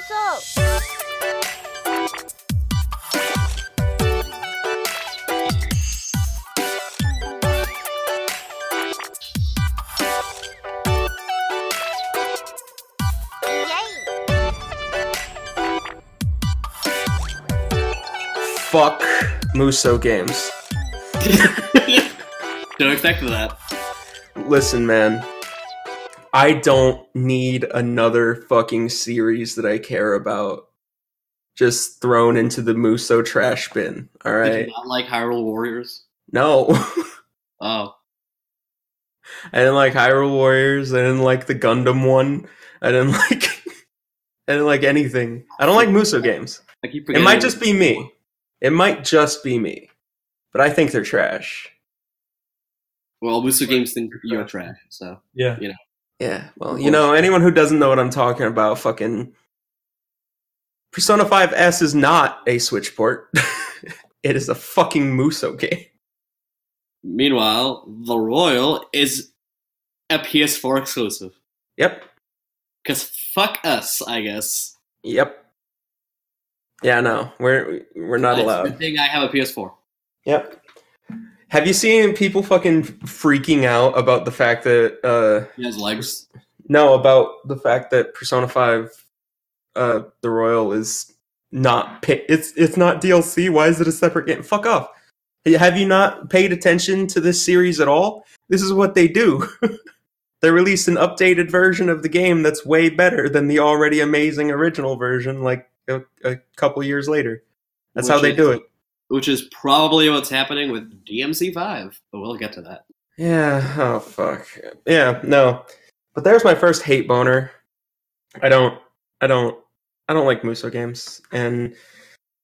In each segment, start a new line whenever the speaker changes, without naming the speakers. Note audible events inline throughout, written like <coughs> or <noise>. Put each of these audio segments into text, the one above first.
싫어서 예이
Fuck Muso Games.
Don't expect that.
Listen, man. I don't need another fucking series that I care about just thrown into the Muso trash bin. All
Did you <laughs>
right.
not like Hyrule Warriors.
No. <laughs>
Oh,
I didn't like Hyrule Warriors. I didn't like the Gundam one. I didn't <laughs> like I didn't like anything. I don't like Muso games.
I keep
It
forgetting.
might just be me. It might just be me. But I think they're trash.
Well, Musu Games think you're trash, so
Yeah.
You know.
Yeah. Well, you know, anyone who doesn't know what I'm talking about, fucking Persona 5S is not a Switch port. <laughs> it is a fucking Muso game.
Meanwhile, The Royal is a PS4 exclusive.
Yep.
Because fuck us, I guess.
Yep. Yeah, no. We're we're not
It's
allowed.
Good thing I have a PS4.
Yep. Have you seen people fucking freaking out about the fact that uh
He has legs.
no, about the fact that Persona 5 uh the Royal is not pa- it's it's not DLC. Why is it a separate game? Fuck off. Have you not paid attention to this series at all? This is what they do. <laughs> they release an updated version of the game that's way better than the already amazing original version like a, a couple years later. That's how
Which
they
is-
do it.
Which is probably what's happening with DMC5, but we'll get to that.
Yeah. Oh fuck. Yeah. No. But there's my first hate boner. I don't. I don't. I don't like Muso games. And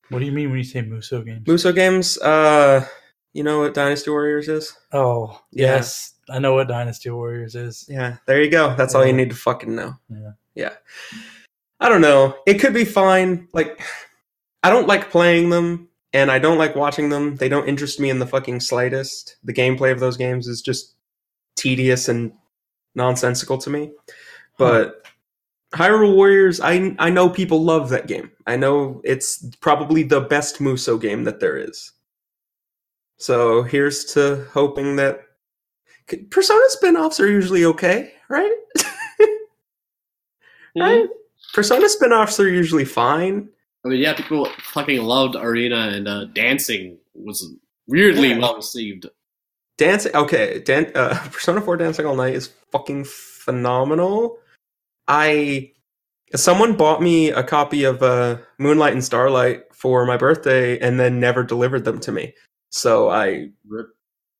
What do you mean when you say Muso games?
Muso games. Uh, you know what Dynasty Warriors is?
oh,
Yeah.
yes. I know what Dynasty Warriors is.
Yeah. There you go. That's all you
Yeah.
need to fucking know.
Yeah.
Yeah. I don't know. It could be fine. Like, I don't like playing them, and I don't like watching them. They don't interest me in the fucking slightest. The gameplay of those games is just tedious and nonsensical to me. But Hyrule Warriors, I I know people love that game. I know it's probably the best Muso game that there is. So here's to hoping that Persona spin-offs are usually okay, right? Right? Mm-hmm. Persona spin-offs are usually fine.
I mean, yeah, people fucking loved Arena, and uh, dancing was weirdly
Yeah.
well received.
Dancing, okay, dan- uh, <laughs> Persona 4 Dancing All Night is fucking phenomenal. I someone bought me a copy of uh, Moonlight and Starlight for my birthday and then never delivered them to me. So I
Rip.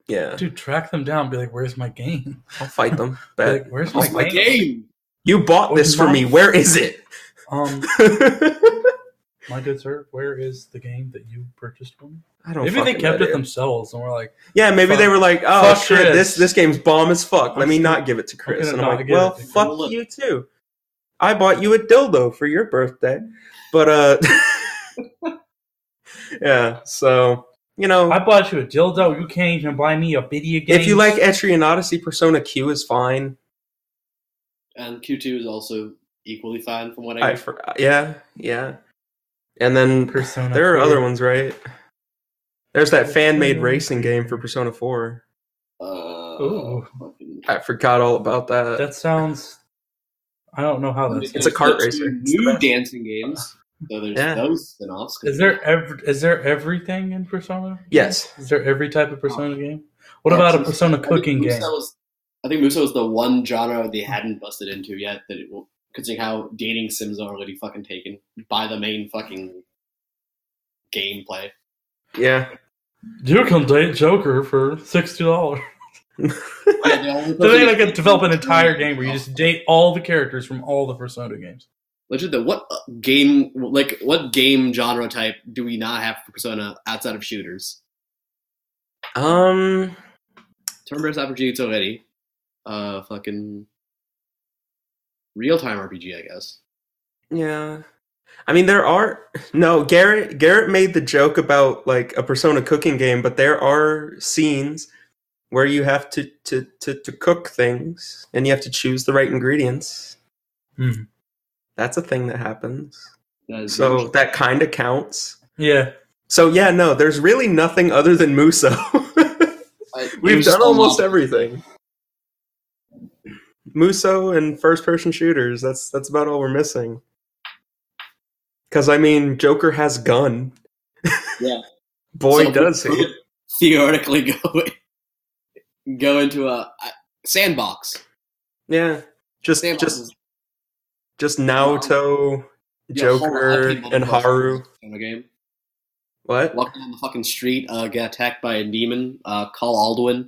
yeah,
Dude, track them down. Be like, where's
<laughs>
my game?
I'll fight them.
Be
Bet.
like, where's
It's
my,
my
game?
game!
You bought
Where's
this for
mine?
me. Where is it? <laughs>
Um,
I
my good sir, where is the game that you purchased for me?
don't.
Maybe they
fucking
kept
know,
it
dude.
themselves and we're like,
Yeah, maybe they
Fuck.
were like, "Oh
Fuck
shit,
Chris.
this this game's bomb as fuck. Let
I'm
me
just
not
gonna-
give it to Chris."
gonna
And I'm
not
like,
give
"Well,
it to
fuck
Chris."
you too. I bought you a dildo for your birthday, but uh, <laughs> yeah. So you know,
I bought you a dildo. You can't even buy me a video game.
if you like Etrian Odyssey, Persona Q is fine.
And Q2 is also equally fine from what I
I
hear.
for, uh, yeah, yeah. And then
Persona,
there are
4.
other ones, right? There's that fan made racing game for Persona Four.
Uh,
Ooh.
fucking-
I forgot all about that.
That sounds. I don't know how that's.
It's a cart
There's
racer.
two
It's the
New
best.
dancing games. So there's
Yeah.
those spin-offs.
Is there ever is there everything in Persona?
Yes.
Is there every type of Persona game? What
Yeah,
about a
it's-
Persona
I think
cooking
Muso
game?
was- I think Muso is the one genre they hadn't busted into yet that it will, considering how dating sims are already fucking taken by the main fucking
<laughs>
gameplay.
Yeah.
You can date Joker for sixty dollars.
Yeah, they only
So
put
they
it-
like develop an
<laughs>
entire game where you just date all the characters from all the Persona games.
Legit though, what uh, game, like, what game genre type do we not have for Persona outside of shooters?
Um.
Turn-based RPG, it's already. Uh, fucking real-time RPG, I guess.
Yeah. I mean there are <laughs> no Garrett Garrett made the joke about like a persona cooking game, but there are scenes where you have to to to, to cook things and you have to choose the right ingredients.
Hmm.
That's a thing that happens.
That is
So that kind of counts.
Yeah.
So yeah, no, there's really nothing other than Muso. <laughs>
I- it
We've
was just
done almost
unlocked.
everything. Muso and first-person shooters. That's that's about all we're missing. Because I mean, Joker has gun. <laughs>
Yeah.
Boy,
So-
does he!
theoretically <laughs> go go into a, a sandbox.
Yeah, just
Sandbox
just
is
just Naoto,
Yeah, horror,
Joker,
a lot of people
and
don't know
Haru.
in the game.
What?
Walking down the fucking street, uh, get attacked by a demon. Uh, call Alduin.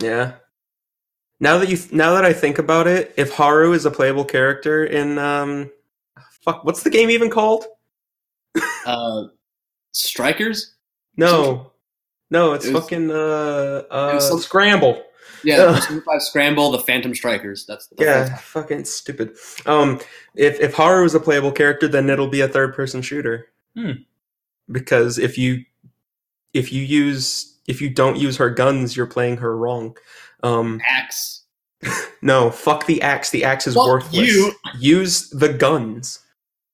Yeah. Now that you now that I think about it, if Haru is a playable character in um, fuck, what's the game even called?
Uh, strikers.
No, no, it's
It was-
fucking uh, uh
was some-
Scramble. <laughs>
Yeah,
Ugh.
Persona 5 Scramble, the Phantom Strikers. That's the
Yeah, fucking stupid. Um, if if Haru is a playable character, then it'll be a third person shooter.
Hmm.
Because if you if you use if you don't use her guns, you're playing her wrong. Um,
axe.
no, fuck the axe. The axe is
Fuck
worthless.
you.
Use the guns.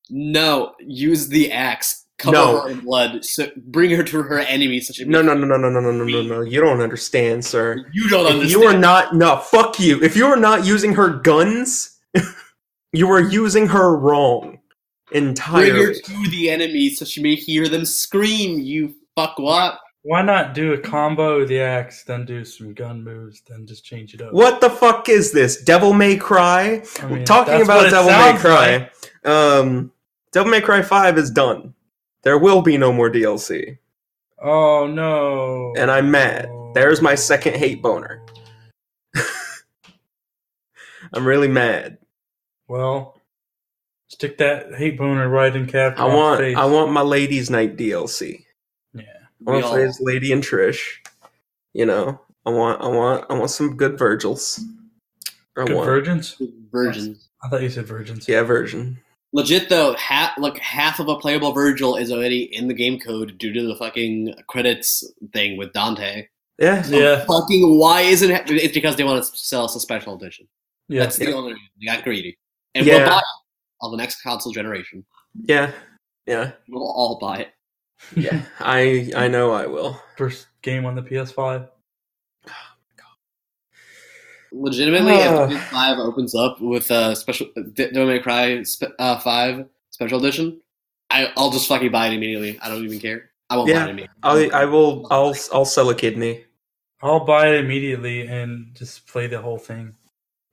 No, use the axe. Cover
No.
her in blood. So bring her to her enemies. So she-
No, no, no, no, no, no, no, no, no. You don't understand, sir.
You don't
If
understand.
you are not no, fuck you. If you are not using her guns, <laughs> you are using her wrong
bring her
entirely.
to the enemies so she may hear them scream. You fuck what?
Why not do a combo with the axe, then do some gun moves, then just change it up?
What the fuck is this? Devil May Cry?
I mean,
Talking
that's
about
what it
Devil May
sounds
Cry.
like.
Um Devil May Cry 5 is done. There will be no more DLC.
Oh no.
And I'm mad. There's my second hate boner. I'm really mad.
Well, stick that hate boner right in Capcom's
I want
face.
I want my ladies night DLC.
Yeah.
I want
We
to
all-
play as Lady and Trish. You know, I want, I want, I want some good Virgils. I
Good
want,
virgins?
Virgin.
I thought you said virgins.
yeah, Virgin.
Legit though, half like half of a playable Virgil is already in the game code due to the fucking credits thing with Dante.
Yeah,
Yeah.
Fucking why isn't it? It's because they want to sell us a special edition.
Yeah.
That's the
Yeah.
only reason. They got greedy, and
Yeah.
we'll buy it on the next console generation.
yeah, yeah,
We'll all buy it.
yeah. <laughs> I, I know, I will.
<laughs> First game on the PS5.
Legitimately,
Ugh.
if Gen Five opens up with a special Devil May Cry sp- uh, Five special edition, I, I'll just fucking buy it immediately. I don't even care. I won't
Yeah.
buy it immediately.
I'll, I will, I'll, I'll sell a kidney.
I'll buy it immediately and just play the whole thing.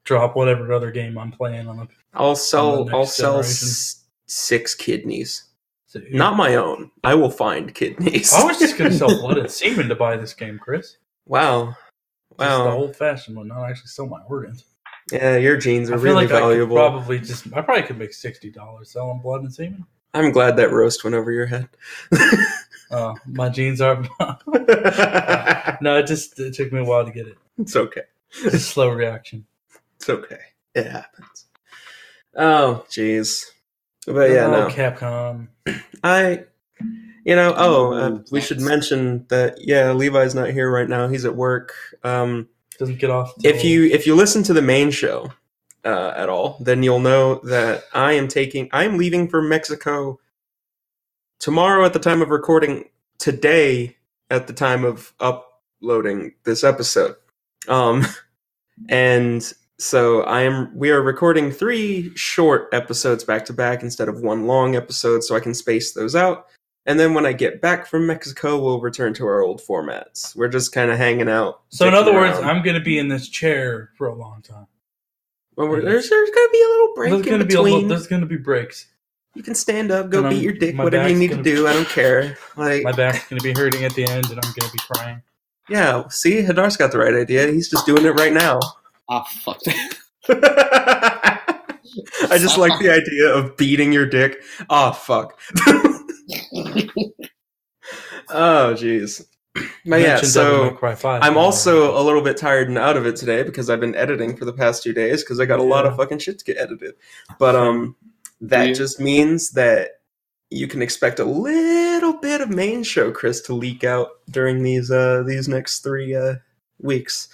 Drop whatever other game I'm playing on the
I'll
On the
sell,
next
I'll sell
generation.
s- six kidneys.
so-
Not my own. I will find kidneys.
I was just
<laughs>
gonna sell blood and semen to buy this game, Chris.
wow,
Just the
wow.
old fashioned one, not actually sell my organs.
Yeah, your genes are
I feel
really
like
valuable.
I could probably just I probably could make sixty dollars selling blood and semen.
I'm glad that roast went over your
<laughs>
head.
Uh, my genes are <laughs> no, it just it took me a while to get it.
it's okay.
It's a slow reaction.
It's okay. It happens. Oh, jeez. But yeah,
oh,
no.
Capcom.
I, you know, oh, uh,
Mm,
we should
thanks.
mention that. Yeah, Levi's not here right now. He's at work. Um,
Doesn't get off till-
if you if you listen to the main show uh, at all, then you'll know that I am taking. I'm leaving for Mexico tomorrow at the time of recording. Today at the time of uploading this episode. Um, <laughs> and so I am. We are recording three short episodes back to back instead of one long episode, so I can space those out. And then when I get back from Mexico, we'll return to our old formats. We're just kind of hanging out.
So in other
dicking
words,
around.
I'm gonna be in this chair for a long time.
Well, we're,
Yeah.
there's there's gonna be a little break
There's
in
gonna be a
between.
little, there's gonna be breaks.
you can stand up, go
And
beat
I'm-
your dick,
my
whatever you
back's
need to
gonna
do.
be-
I
<laughs>
don't care. Like,
My back's gonna be hurting at the end, and I'm gonna be crying.
yeah. See, Hadar's got the right idea. He's just doing it right
<laughs>
now. <laughs>
Ah, fuck <laughs> that.
I just like the idea of beating your dick. Oh fuck. oh jeez. But yeah,
Mention Devil May
so
Cry 5.
I'm also a little bit tired and out of it today because I've been editing for the past two days because I got a lot
Yeah.
of fucking shit to get edited. But um, that
Yeah.
just means that you can expect a little bit of main show Chris to leak out during these uh these next three uh weeks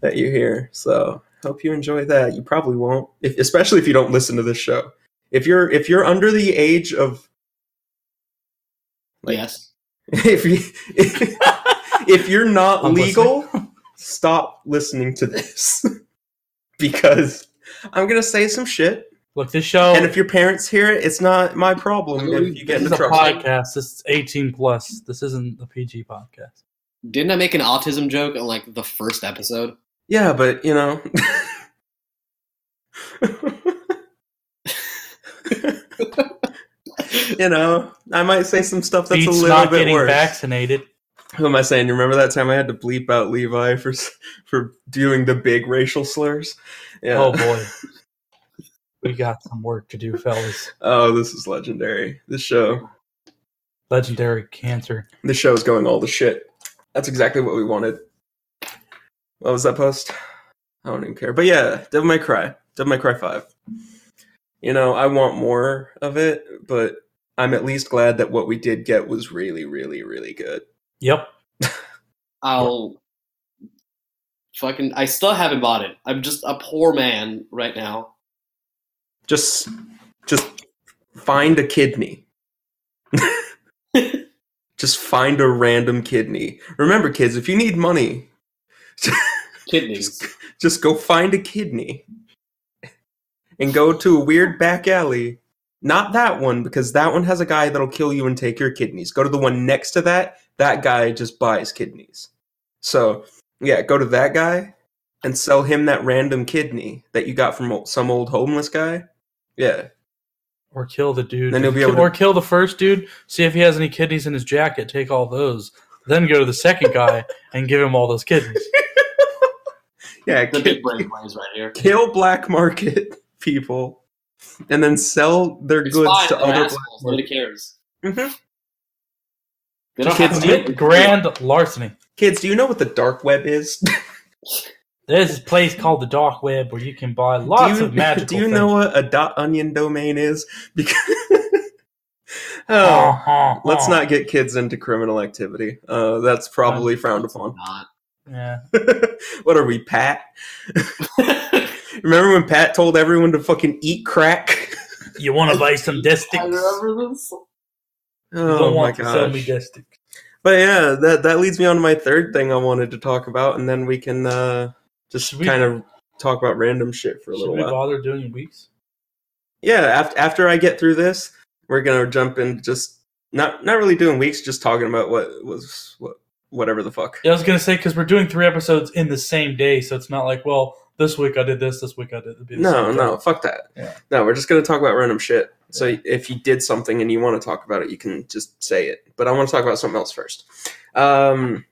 that you hear. So hope you enjoy that. You probably won't, if, especially if you don't listen to this show. If you're if you're under the age of Like-
yes.
<laughs> if you if you're not
I'm
legal, stop listening to this <laughs> because I'm gonna say some shit.
Look, this show
And if your parents hear it, it's not my problem if you get
Oh.
in
this is a
trouble.
podcast. This is 18 plus. This isn't a PG podcast.
Didn't I make an autism joke on like the first episode?
Yeah, but you know. <laughs> you know, I might say some stuff that's
Beats
a little
not
bit
getting
worse.
vaccinated.
Who am I saying? You remember that time I had to bleep out Levi for s- for doing the big racial slurs? Yeah.
Oh
Oh.
boy, we got some work to do, fellas.
Oh, this is legendary. This show,
Legendary cancer.
this show is going all the shit. That's exactly what we wanted. What was that post? I don't even care. But yeah, Devil May Cry, Devil May Cry Five. You know, I want more of it, but I'm at least glad that what we did get was really, really, really good.
Yep.
I'll fucking. I still haven't bought it. I'm just a poor man right now.
Just, just find a kidney. <laughs> just find a random kidney. Remember, kids, if you need money,
Kidneys.
just go find a kidney and go to a weird back alley. Not that one, because that one has a guy that'll kill you and take your kidneys. Go to the one next to that. That guy just buys kidneys. So, yeah, go to that guy and sell him that random kidney that you got from o- some old homeless guy. Yeah.
Or kill the dude.
Then you'll be
Ki-
able to-
or kill the first dude. See if he has any kidneys in his jacket. Take all those. Then go to the second guy and give him all those kidneys.
Yeah,
The
kid-
big brain plays right here.
kill black market <laughs> people and then sell their
It's
goods
fine.
to
They're
other black
assholes. Nobody cares.
Mhm.
They don't have
Kids
to
do
make-
Grand larceny.
Kids, do you know what the dark web is?
There's this place called the dark web where you can buy lots
do you, <laughs>
of magical.
Do you
things.
know what a dot onion domain is? <laughs> Because
Uh,
oh,
uh,
let's
uh.
not get kids into criminal activity. Uh, that's probably frowned upon. <laughs>
Not.
Yeah.
what are we, Pat? <laughs> Remember when Pat told everyone to fucking eat crack? <laughs>
You want to buy some
I
destics? You
remember this.
don't
Oh my
want to sell me
gosh!
destics.
But yeah, that that leads me on to my third thing I wanted to talk about, and then we can uh, just
Should we-
kind of talk about random shit for a
Should
little
we
while.
bother doing weeks?
yeah after, after i get through this we're gonna jump in just not not really doing weeks just talking about what was what whatever the fuck
Yeah, I was gonna say because we're doing three episodes in the same day, so it's not like, well, this week I did this, this week I did it'd be the
no
same
no
thing.
fuck that
Yeah.
no we're just gonna talk about random shit so if you did something and you want to talk about it you can just say it but i want to talk about something else first um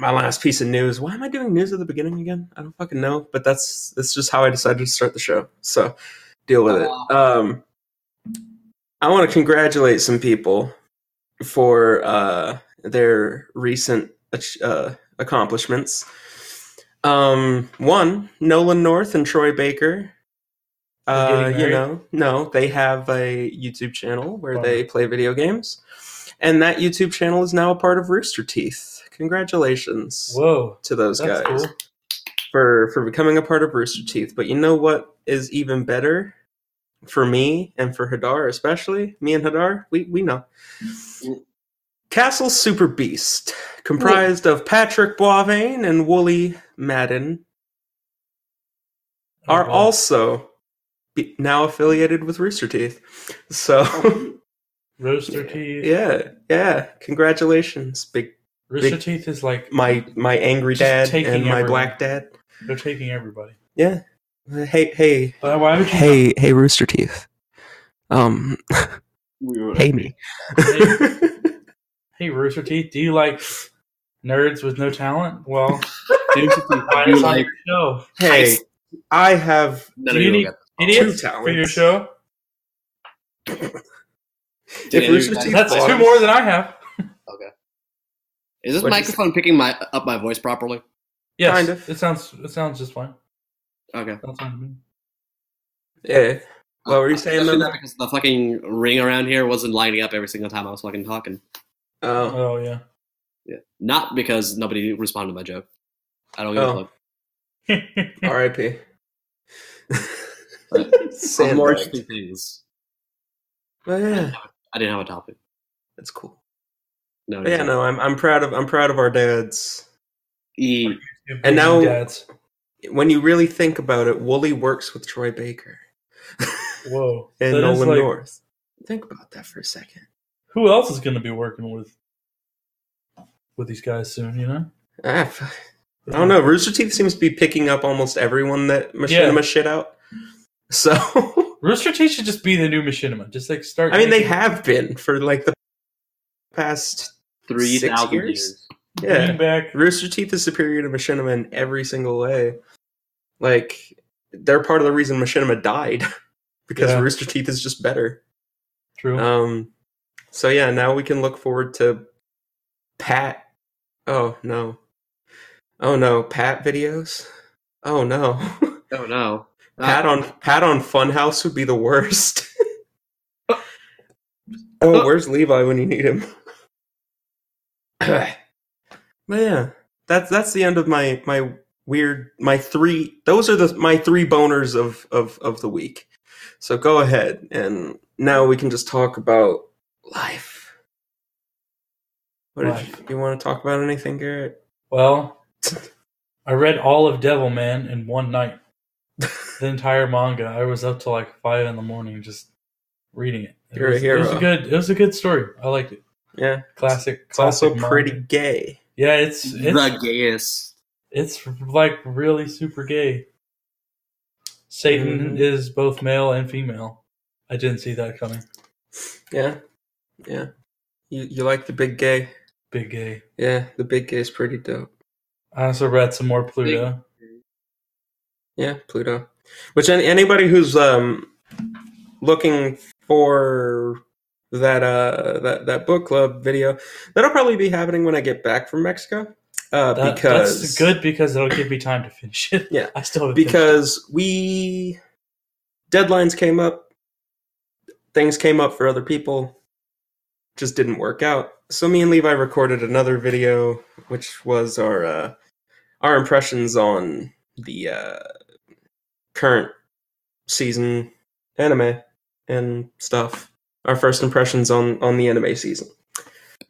my last piece of news why am i doing news at the beginning again i don't fucking know but that's that's just how i decided to start the show so deal with it um i want to congratulate some people for uh their recent ach- uh, accomplishments um one nolan north and troy baker
They're
uh
getting
you
married?
know no they have a youtube channel where
Bummer.
they play video games and that youtube channel is now a part of rooster teeth congratulations
Whoa,
to those
that's
guys
cool.
for for becoming a part of Rooster Teeth. But you know what is even better for me and for Hadar especially? Me and Hadar, we we know. Castle Super Beast, comprised of Patrick Boivin and Wooly Madden,
Oh,
are
boy.
also be, now affiliated with Rooster Teeth.
Oh,
<laughs> So,
rooster teeth.
yeah, yeah, congratulations, big
Rooster
Big-
teeth is like
my my angry
Just
dad
taking
and my
everyone.
black dad.
they're taking everybody.
Hey, hey,
But why would you?
hey hey rooster teeth um
We were-
hey me
<laughs> <laughs> Hey, hey, rooster teeth, do you like nerds with no talent? Well,
<laughs>
<laughs> find
You
us on
like-
your show,
hey i have
None
Do
of
you
you
need-
got
idiots, for
talents.
your show.
that.
if
Did
Rooster
anybody-
Teeth
That's
bought-
two more than I have.
Is this
What'd you
microphone picking my up my voice properly?
Yes,
Kind of.
It sounds it sounds just fine.
Okay.
Sounds fine to me.
yeah What were you saying,
Especially
Memo?
that Because the fucking ring around here wasn't lining up every single time I was fucking talking.
oh
Oh
<laughs>
yeah.
Not because nobody responded to my joke. I don't give
Oh.
a fuck.
rip
But
<laughs>
Sandbagged. <laughs>
more interesting things.
But yeah,
I didn't have a topic.
that's cool.
No. it
But yeah,
isn't.
no, I'm I'm proud of I'm proud of our dads.
E.
And now-
Dads.
When you really think about it, Wooly works with Troy Baker
Whoa.
and
That is
Nolan
like-
North. Think about that for a second.
Who else is going to be working with with these guys soon? You know.
Ah, f- I don't know. Rooster Teeth seems to be picking up almost everyone that Machinima
Yeah.
shit out. So <laughs>
Rooster Teeth should just be the new Machinima. Just like start.
I mean, they
making-
have been for like the past.
Three thousand
years?
years.
Yeah,
bring back.
Rooster Teeth is superior to Machinima in every single way. Like they're part of the reason Machinima died <laughs> because
Yeah.
Rooster Teeth is just better.
True.
Um, so yeah, now we can look forward to Pat. Oh no, oh no, Pat videos. Oh no, <laughs>
Oh no.
Pat
Ah,
on Pat on Funhouse would be the worst. <laughs> oh, where's Levi when you need <clears throat> him? but yeah, that's that's the end of my my weird my three. Those are the my three boners of of of the week. So go ahead, and now we can just talk about life. What did you,
Life.
you want to talk about? Anything, Garrett?
Well, I read all of Devil Man in one night. the entire manga. I was up till like five in the morning just reading it. It
You're a
was, It was a
hero.
good. It was a good story. I liked it.
Yeah,
Classic.
it's
classic
also pretty
manga.
gay.
Yeah, it's it's
the gayest.
it's like really super gay. Satan
Mhm.
is both male and female. I didn't see that coming.
Yeah, yeah. You you like the big gay?
Big gay.
Yeah, the big gay is pretty dope.
I also read some more Pluto.
Yeah, Pluto. Which any, anybody who's um looking for that uh that that book club video, that'll probably be happening when I get back from Mexico. Uh,
That-
because
that's good because it'll give me time to finish it.
Yeah.
<laughs> I still haven't finished
because we deadlines came up, things came up for other people, just didn't work out. So me and Levi recorded another video, which was our uh, our impressions on the uh, current season anime and stuff. Our first impressions on on the anime season,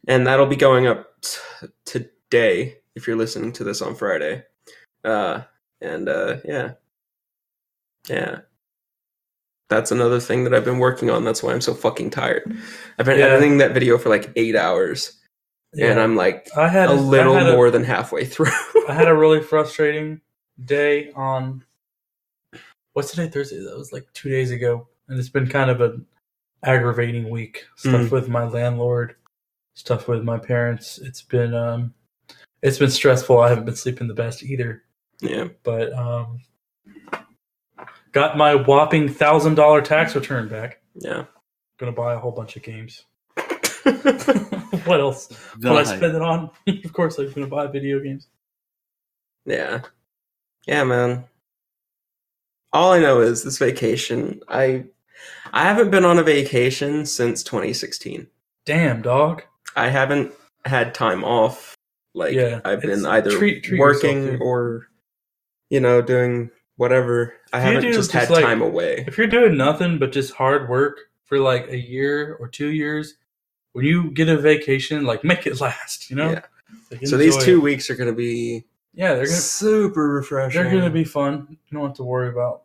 and that'll be going up t- today if you're listening to this on Friday. Uh, and uh yeah yeah that's another thing that i've been working on that's why i'm so fucking tired i've been
Yeah.
editing that video for like eight hours
it. Yeah.
and i'm like
I had
a
I
little
had a-
more than halfway through <laughs>
I had a really frustrating day on what's today Thursday? That was like two days ago, and it's been kind of an aggravating week. Stuff
Mm.
with my landlord, stuff with my parents. It's been um, it's been stressful. I haven't been sleeping the best either,
yeah
but um, got my whopping thousand dollar tax return back. <laughs>
yeah
Gonna buy a whole bunch of games. <laughs> what else?
The
What I
hype.
spend it on? <laughs> of course, I'm gonna buy video games.
yeah yeah man all i know is this vacation i i haven't been on a vacation since 2016
Damn, dog.
I haven't had time off. Like
Yeah,
I've
it's-
been either
treat- treat
working
yourself, dude.
or you know doing whatever. I
You
haven't
do
just,
just,
had
like-
time away.
if you're doing nothing but just hard work for like a year or two years, when you get a vacation, like make it <laughs> last, you know.
Yeah.
Like,
So these
enjoy
two
it.
weeks are going to be
yeah, they're gonna
super refreshing.
they're gonna be fun. You don't have to worry about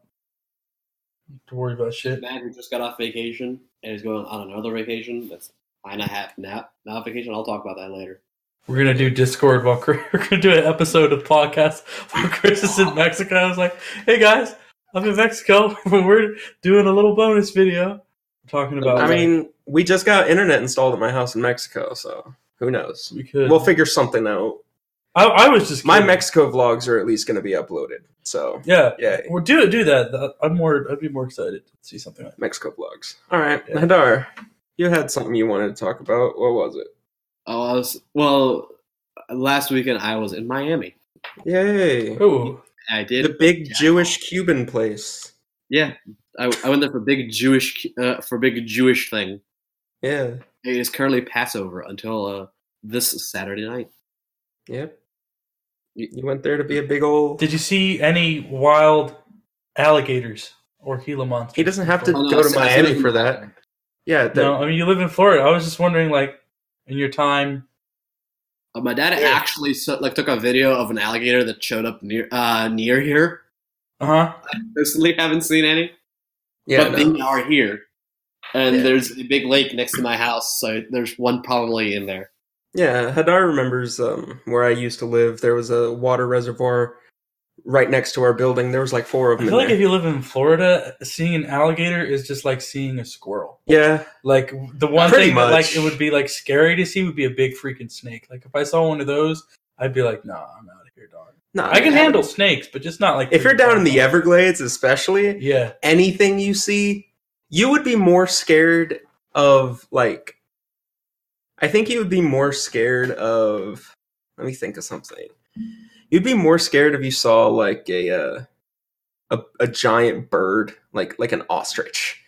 don't have to worry about shit.
man who just got off vacation and is going on another vacation that's fine. I have nap not vacation. I'll talk about that later.
We're gonna do Discord while Chris, <laughs> we're gonna do an episode of podcast while Chris is in Mexico. I was like, hey guys, I'm in Mexico, <laughs> but we're doing a little bonus video talking about.
I
like,
mean, we just got internet installed at my house in Mexico, so who knows?
we could.
We'll figure something out.
I, I was just
My
kidding.
Mexico vlogs are at least going to be uploaded. So
Yeah,
yeah,
Well, do do that. That- I'm more. I'd be more excited to see something like.
Mexico vlogs. All right,
Yeah.
Hadar, you had something you wanted to talk about. What was it?
Oh, I was well. Last weekend I was in Miami.
Yay!
That. Ooh,
I did.
the big
Yeah.
Jewish Cuban place.
Yeah, I, I went there for big Jewish uh, for big Jewish thing.
Yeah.
It is currently Passover until uh, this Saturday night.
Yep. You, you went there to be a big old.
did you see any wild alligators or Gila monsters?
He doesn't have to
Oh, no,
go to
I said- I said
Miami
it-
for that. Yeah, the,
No, I mean you live in Florida. I was just wondering, like, in your time,
Uh, my dad
Yeah.
actually so, like took a video of an alligator that showed up near uh, near here.
uh huh.
Personally, haven't seen any,
yeah,
but
no.
they are here. And
Yeah.
there's a big lake next to my house, so there's one probably in there.
yeah. Hadar remembers um, where I used to live. There was a water reservoir right next to our building. There was like four of
I
them.
feel like
in
if
there.
you live in Florida, seeing an alligator is just like seeing a squirrel.
yeah,
Like the one
Pretty
thing that like
much.
it would be like scary to see would be a big freaking snake. Like if I saw one of those, I'd be like, nah, I'm out of here, dog.
no,
I can handle snakes, but just not like
If you're
freaking
down in the
dog.
Everglades, especially,
Yeah,
anything you see, you would be more scared of like I think you would be more scared of let me think of something. You'd be more scared if you saw like a uh, a, a giant bird, like like an ostrich,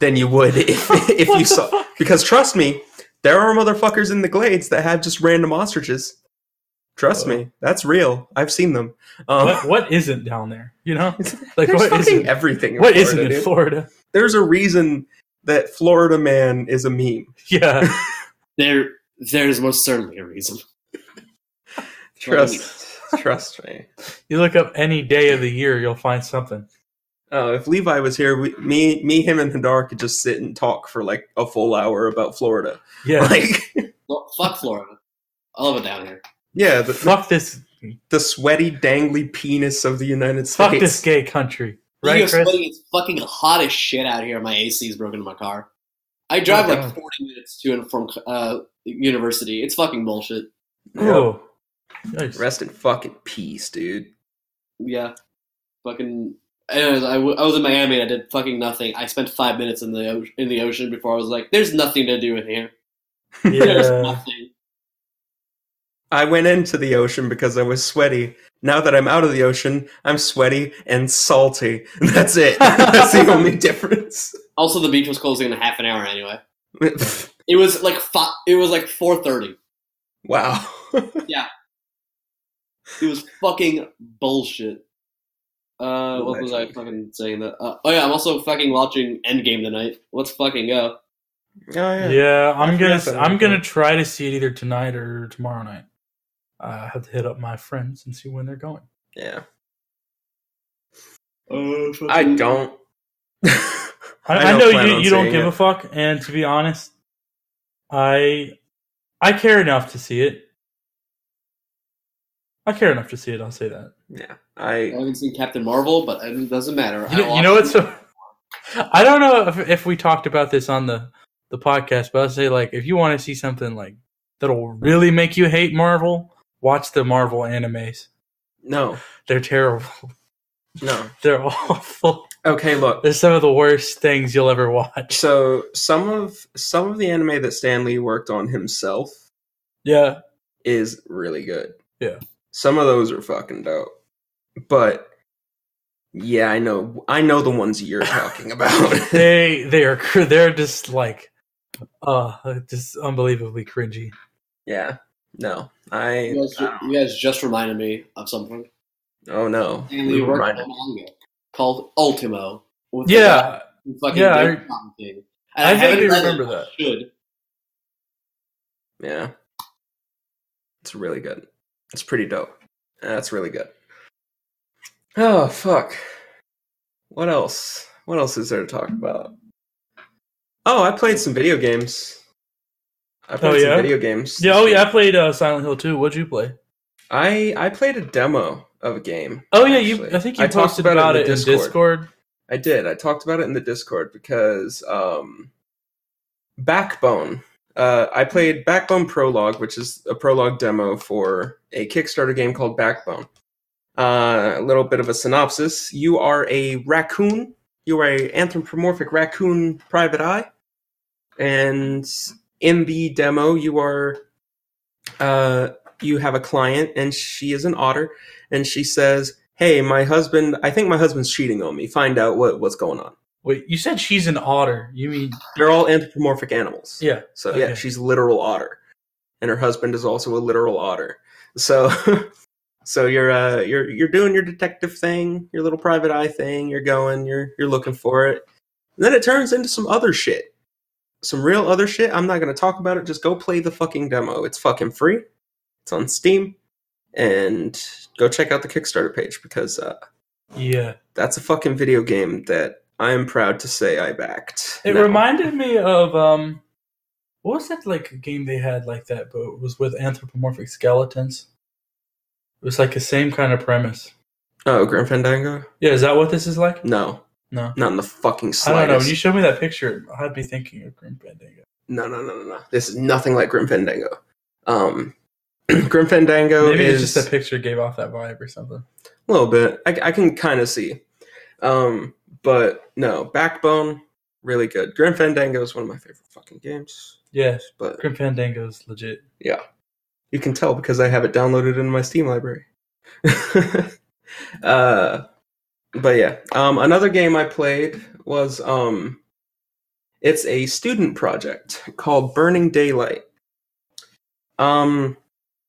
than you would <laughs> if if
What
you
the
saw
fuck?
because trust me, there are motherfuckers in the glades that have just random ostriches. Trust me, that's real. I've seen them. Um,
what what isn't down there? You know, like
there's
what
fucking
isn't
everything. in
what
Florida,
isn't in
dude <laughs>
Florida?
there's a reason that Florida man is a meme.
Yeah,
There, there's most certainly a
<laughs>
reason.
Trust, trust me.
you look up any day of the year, you'll find something.
Oh, if Levi was here, we, me, me, him, and Hadar could just sit and talk for like a full hour about Florida.
<laughs> Yeah,
Like,
Well, fuck Florida. I love it down here.
yeah, the,
fuck this,
the sweaty, dangly penis of the United States.
fuck this gay country,
Speaking
right,
of
Chris?
sweating, it's fucking hot as shit out here. My AC's broken in my car. I drive
Oh,
like
God.
40 minutes to and from uh, university. It's fucking bullshit.
Oh, nice.
Rest in fucking peace, dude.
Yeah. Fucking. Anyways, I, w- I was in Miami. I did fucking nothing. I spent five minutes in the o- in the ocean before I was like, "There's nothing to do in here.
<laughs>
There's
yeah.
nothing."
I went into the ocean because I was sweaty. Now that I'm out of the ocean, I'm sweaty and salty. <laughs> That's it. That's the only
<laughs>
difference. <laughs>
Also, the beach was closing in a half an hour anyway. It was like fi- It was like four thirty.
<laughs> wow. Oh,
It was fucking bullshit. Uh, what was I
Legend.
fucking saying? That uh, oh yeah, I'm also fucking watching Endgame tonight. Let's fucking go.
Oh, yeah.
Yeah, I'm
I
gonna
forgot that
I'm
was
gonna
one.
try to see it either tonight or tomorrow night. I have to hit up my friends and see when they're going.
yeah.
Uh, fucking-
I don't. <laughs>
I,
I
I,
don't
know
plan
you,
on
you don't
seeing
give
it.
a fuck, and to be honest, I I care enough to see it. I care enough to see it. I'll say that.
I
I
haven't seen Captain Marvel, but it doesn't matter.
You know,
I
you know
watched
what's so? I don't know if, if we talked about this on the the podcast, but I'll say like if you want to see something like that'll really make you hate Marvel, watch the Marvel animes.
no,
They're terrible. <laughs>
no.
They're <laughs> awful.
Okay, look.
They're some of the worst things you'll ever watch.
So some of some of the anime that Stan Lee worked on himself
Yeah.
is really good.
Yeah.
Some of those are fucking dope. But yeah, I know I know the ones you're talking
<laughs>
about.
they they are cr- they're just like uh just unbelievably cringy
yeah. No.
You
I
guys, you guys just reminded me of something.
Oh no.
And we
You
worked on
reminded-
a manga called Ultimo. with the guy
yeah
who fucking
yeah,
did
I-
something. And
i, vaguely
haven't read it,
remember
but
that
I Should
Yeah. It's really good. It's pretty dope. That's really good. Oh fuck. What else? What else is there to talk about? Oh, I played some video games. I played
Oh, yeah?
some video games.
yeah
this
oh yeah i
week.
played uh, silent hill 2 what'd you play
I I played a demo of a game.
oh yeah you
actually.
i think you
talked
posted about,
the
it, in discord,
I did. I talked about it in the Discord because um, Backbone. Uh, I played Backbone Prologue, which is a prologue demo for a Kickstarter game called Backbone. Uh, a little bit of a synopsis: You are a raccoon. You are a anthropomorphic raccoon private eye, and in the demo, you are. Uh, you have a client, and she is an otter, and she says, hey my husband i think my husband's cheating on me find out what what's going on
wait you said she's an otter you mean
they're all anthropomorphic animals
yeah
so yeah
okay.
she's a literal otter and her husband is also a literal otter so <laughs> so you're uh you're you're doing your detective thing your little private eye thing you're going you're you're looking for it and then it turns into some other shit some real other shit. I'm not gonna talk about it. Just go play the fucking demo. It's fucking free. It's on Steam, and go check out the Kickstarter page because uh,
Yeah.
that's a fucking video game that I am proud to say I backed.
It
Now,
reminded me of um what was that like game they had like that, but it was with anthropomorphic skeletons. It was like the same kind of premise.
oh Grim Fandango.
Yeah, is that what this is like?
No,
No.
not in the fucking
I
slightest.
don't know. When you showed me that picture, I had me thinking of Grim Fandango.
no, no, no, no, no. This is nothing like Grim Fandango. Um, <clears throat> Grim Fandango
Maybe
is
it's just that picture gave off that vibe or something.
A little bit. I, I can kind of see. Um, but no, Backbone, really good. Grim Fandango is one of my favorite fucking games.
Yeah,
But
Grim Fandango's legit.
you can tell because I have it downloaded in my Steam library. <laughs> uh, but yeah, um, another game I played was um, it's a student project called Burning Daylight. Um,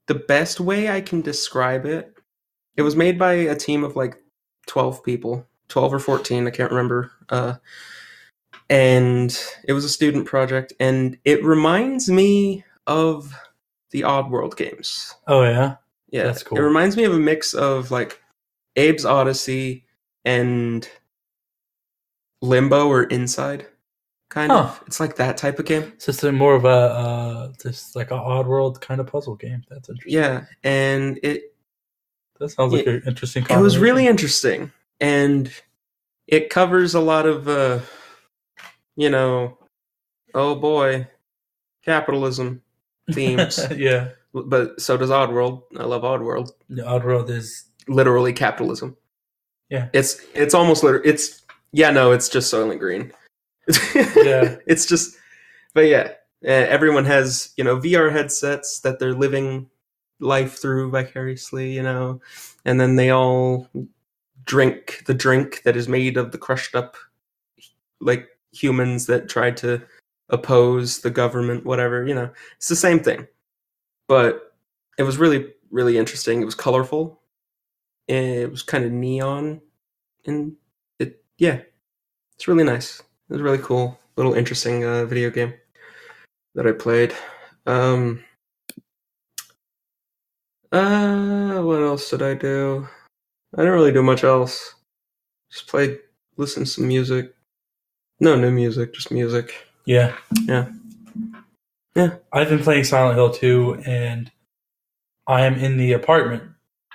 the best way I can describe it, it was made by a team of like twelve people, twelve or fourteen, I can't remember. Uh, and it was a student project, and it reminds me of the Oddworld games.
Oh yeah.
Yeah,
That's cool.
It reminds me of a mix of like Abe's Odyssey and Limbo or Inside, kind
Huh.
of. It's like that type of game.
So it's a more of a uh just like a odd world kind of puzzle game. That's interesting.
Yeah, and it
That sounds like
Yeah.
an interesting
it was
combination.
really interesting, and it covers a lot of uh, you know, oh boy, capitalism
<laughs>
themes.
yeah.
but so does Oddworld. I love Oddworld.
The Oddworld is
literally capitalism.
Yeah.
It's it's almost liter it's yeah, no, it's just Soylent Green. <laughs>
Yeah.
It's just but yeah, eh, everyone has, you know, VR headsets that they're living life through vicariously, you know, and then they all drink the drink that is made of the crushed up like humans that try to oppose the government whatever, you know. It's the same thing. But it was really really interesting. It was colorful it was kind of neon and it yeah it's really nice it was really cool little interesting uh, video game that i played um uh what else did i do i didn't really do much else just played listened to some music no new music just music
yeah.
Yeah. Yeah.
I've been playing Silent Hill 2 and I am in the apartment.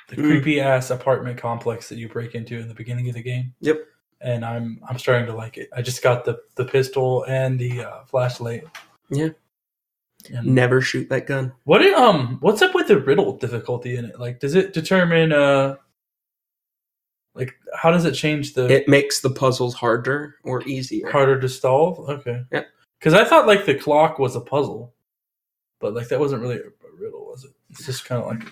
The
Mm.
creepy ass apartment complex that you break into in the beginning of the game.
Yep.
And I'm I'm starting to like it. I just got the the pistol and the uh, flashlight.
Yeah.
And
never shoot that gun
What it, um what's up with the riddle difficulty in it? Like does it determine uh like how does it change the
it makes the puzzles harder or easier
harder to solve? Okay.
Yep.
Cuz I thought like the clock was a puzzle. But like that wasn't really a a riddle, was it? It's just kind of like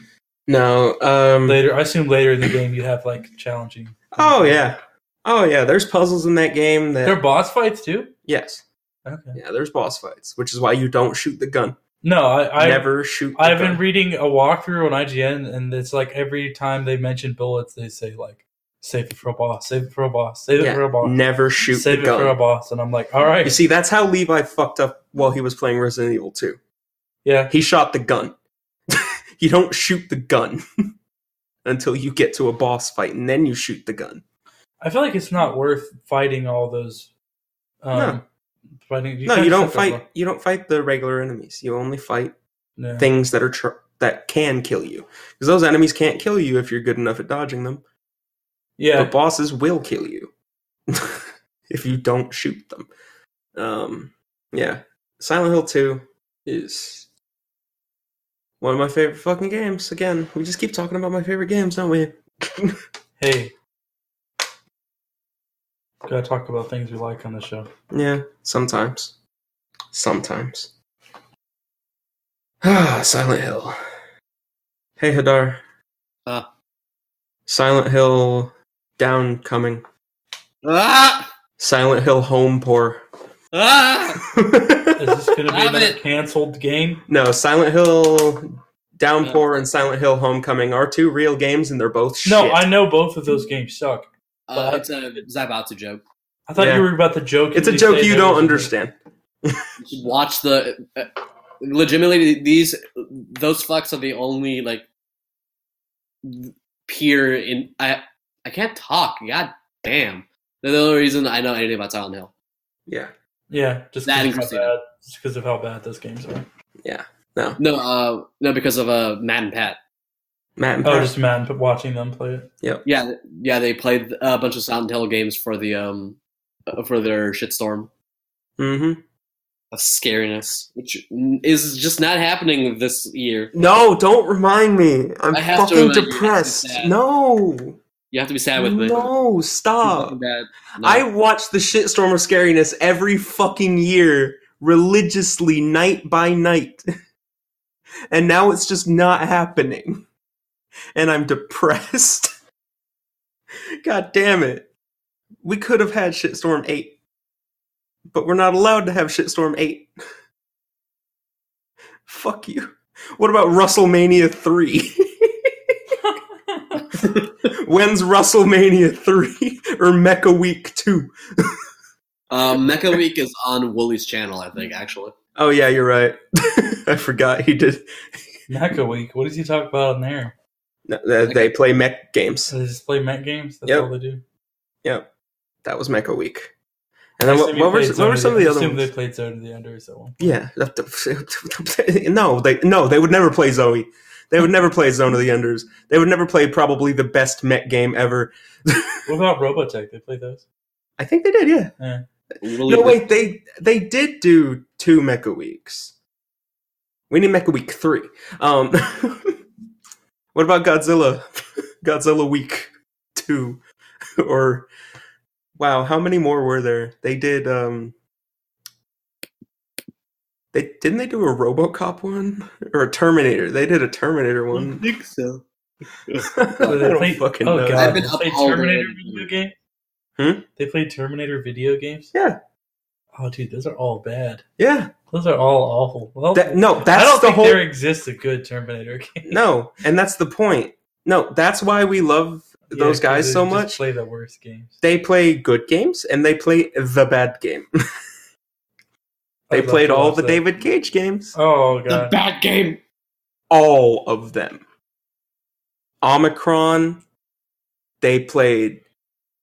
no um
later I assume later in the game you have like challenging.
oh yeah oh yeah there's puzzles in that game that
There are boss fights too?
Yes.
Okay.
Yeah, there's boss fights, which is why you don't shoot the gun.
No, I I
Never shoot the
I've
gun.
been reading a walkthrough on IGN, and it's like every time they mention bullets, they say like "save it for a boss, save it for a boss, save it
Yeah,
for a boss."
Never shoot the
save it for a
gun.
boss. And I'm like, all right,
You see, that's how Levi fucked up while he was playing Resident Evil 2.
yeah,
He shot the gun. <laughs> you don't shoot the gun <laughs> until you get to a boss fight, and then you shoot the gun.
I feel like it's not worth fighting all those. Um,
No.
fighting.
no,
kinda
you don't
suck at
fight. You don't fight the regular enemies. You only fight
them. Yeah.
things that are tr- that can kill you, because those enemies can't kill you if you're good enough at dodging them.
yeah,
but bosses will kill you <laughs> if you don't shoot them. Um, yeah, Silent Hill Two is one of my favorite fucking games. Again, we just keep talking about my favorite games, don't we?
hey, gotta talk about things we like on the show.
yeah, sometimes, sometimes. <sighs> Ah, Silent Hill. Hey, Hadar.
Uh.
Huh?
Silent Hill down coming.
Ah!
Silent Hill home <laughs> pour.
Ah!
Is this gonna be
Love
another
it.
canceled game?
No, Silent Hill Downpour and Silent Hill Homecoming are two real games, and they're both shit.
No, I know both of those games suck.
Uh, it's a Zabatsu joke.
I thought
Yeah.
you were about to joke.
it's a
and
joke
say
you
that
don't
was-
understand.
You should watch the. Uh, legitimately, these those fucks are the only like peer in. I I can't talk. God damn. They're the only reason I know anything about Silent Hill.
Yeah.
Yeah, just
That and
because of, how
Christina.
bad- just 'cause of how bad those
<laughs>
games are.
No, uh, no, because of uh, Matt and Pat.
Matt and
Oh,
Pat.
just man, but watching them play it.
Yeah, th- yeah, they played a bunch of Silent Hill games for the um uh, for their shitstorm
mm-hmm.
of scariness, which is just not happening this year.
No, don't remind me. I'm
I have to
fucking
remind you.
depressed.
It's sad.
No.
You have to be sad with me.
No, stop.
Fucking bad. No.
I watch the shitstorm of scariness every fucking year, religiously, night by night. <laughs> and now it's just not happening. And I'm depressed. <laughs> God damn it. We could have had Shitstorm 8, but we're not allowed to have Shitstorm 8. <laughs> Fuck you. What about WrestleMania 3? <laughs> When's WrestleMania 3 or Mecha Week 2?
Uh, Mecha Week is on Wooly's channel, I think. Actually,
Oh yeah, you're right. <laughs> I forgot he did.
Mecha Week. What does he talk about in there?
No, they, they play mech games.
So they just play mech games. That's
Yep.
all they do.
Yep, that was Mecha Week. And then
I
what,
assume he
what were
played
what were
Zone
some of the
I
other
assume
ones?
they played Zone of the Enders at one.
Yeah, <laughs> no, they no, they would never play Zoe. They would never play Zone of the Enders. They would never play probably the best mech game ever.
What about Robotech? They play those.
I think they did. Yeah.
Wooly
No, wait they they did do two Mecha Weeks. We need Mecha Week three. Um, <laughs> what about Godzilla? <laughs> Godzilla Week two, <laughs> or wow, how many more were there? They did. um They didn't they do a RoboCop one or a Terminator? They did a Terminator
<laughs>
one. <laughs>
think so.
I
They
don't
play-
fucking
oh
know.
god,
I've been
they
up
play
all day.
Terminator video game.
Hmm?
They play Terminator video games.
Yeah.
Oh, dude, those are all bad.
Yeah,
Those are all awful. Well,
that, no, that's
I
the
don't think
whole.
there exists a good Terminator <laughs> game.
No, and that's the point. No, that's why we love
Yeah,
those
'cause
guys
they
so
just
much.
Play the worst games.
they play good games and they play the bad game.
I'd
they
love
played
to
all
watch
the
that.
David Cage games.
Oh
The
god.
bad game.
All of them. Omicron. They played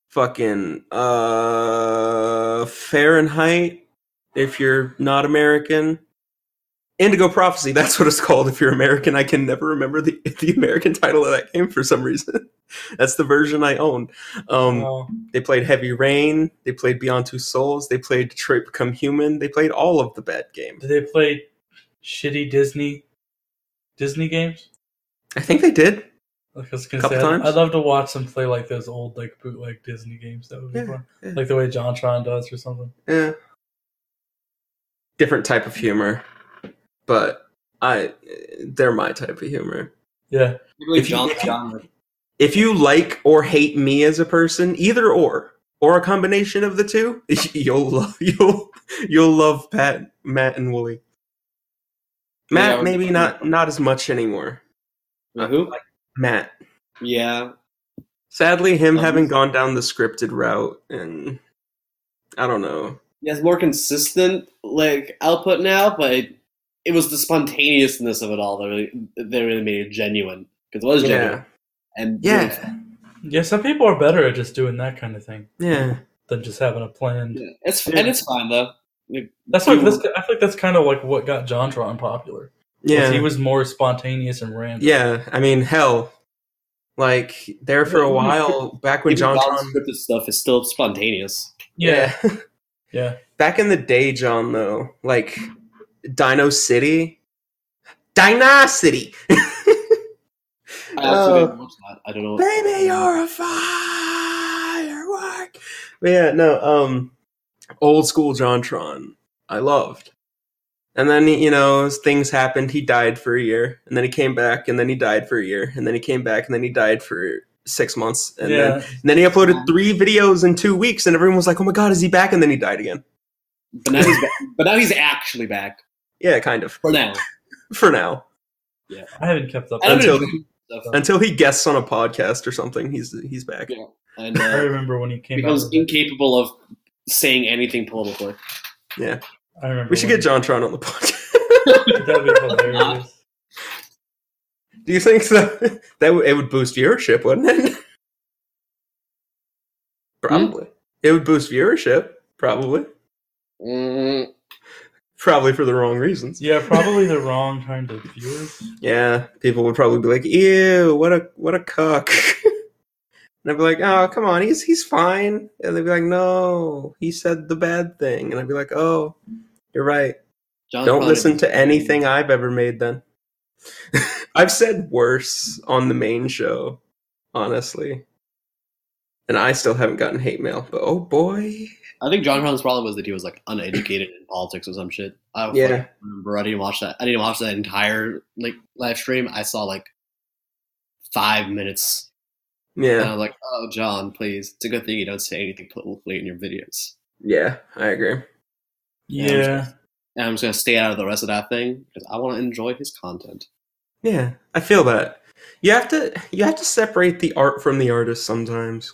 fucking uh Fahrenheit if you're not American. Indigo Prophecy, that's what it's called if you're American. I can never remember the <laughs> the American title of that game for some reason. <laughs> that's the version I own. Um
Oh,
They played Heavy Rain. They played Beyond Two Souls. They played Detroit Become Human. They played all of the bad game.
do they play shitty Disney Disney games?
I think they did.
Like I was gonna
Couple
say, I'd,
times.
I'd love to watch them play like those old like bootleg Disney games. That would be
Yeah,
fun,
yeah.
like the way JonTron does or something.
Yeah. Eh. Different type of humor, but I they're my type of humor.
Yeah,
If you- If you like or hate me as a person, either or or a combination of the two, <laughs> you'll love you'll you'll love Pat, Matt, and Wooly. Matt,
Yeah.
maybe not not as much anymore.
who?
Matt,
Yeah,
sadly, him
Um,
having gone down the scripted route, and I don't know.
he has more consistent like output now, but it, it was the spontaneousness of it all that really that really made it genuine because it was genuine.
Yeah.
And
Yeah.
yeah. Some people are better at just doing that kind of thing
Yeah.
than just having a plan.
yeah, it's
Yeah.
and it's fine though. Like,
That's like
you-
that's, I think that's kind of like what got JonTron popular. was
Yeah.
he was more spontaneous and random.
yeah. I mean, hell. Like there for a while back when
even
JonTron
non-scripted stuff is still spontaneous.
yeah,
<laughs>
yeah.
back in the day, John though, like Dino City. Dino City.
I actually
Uh,
didn't watch that. I don't know.
Baby, you're a firework. But yeah, no, um, old school JonTron, I loved. And then you know as things happened. He died for a year, and then he came back, and then he died for a year, and then he came back, and then he died for six months, and, then,
yeah.
and then he uploaded three videos in two weeks, and everyone was like, "Oh my god, is he back?" And then he died again.
But now he's back. but now he's actually back
Yeah, kind of
for now.
for now
I haven't kept up.
I don't
Until-
Until,
know. <laughs> Stuff.
until he guests on a podcast or something. He's he's back.
Yeah. And
I
uh,
remember when he came out.
becomes
with it.
incapable of saying anything politically.
I remember.
We should
when-
get Jontron on the <laughs> podcast.
That'd be hilarious.
Do you think so? That <laughs> would it would boost viewership, wouldn't it? Probably. It would boost viewership. Probably.
Mm,
Probably for the wrong reasons.
Yeah, probably the wrong kind of viewers.
Yeah, people would probably be like, "Ew, what a what a cuck," <laughs> and I'd be like, "Oh, come on, he's he's fine." And they'd be like, "No, he said the bad thing," and I'd be like, "Oh, you're right.
John's
Don't
probably-
listen to anything I've ever made." Then <laughs> I've said worse on the main show, honestly, and I still haven't gotten hate mail. But oh boy,
I think John Cron's problem was that he was like uneducated in politics or some shit. I don't
Yeah.
fucking remember. I didn't watch that. I didn't watch that entire like live stream. I saw like five minutes, and I
yeah,
was like, "Oh, John, please." It's a good thing you don't say anything politically in your videos.
yeah, I agree.
Yeah.
Yeah.
And I'm just gonna stay out of the rest of that thing because I want to enjoy his content.
Yeah, I feel that. You have to you have to separate the art from the artist sometimes.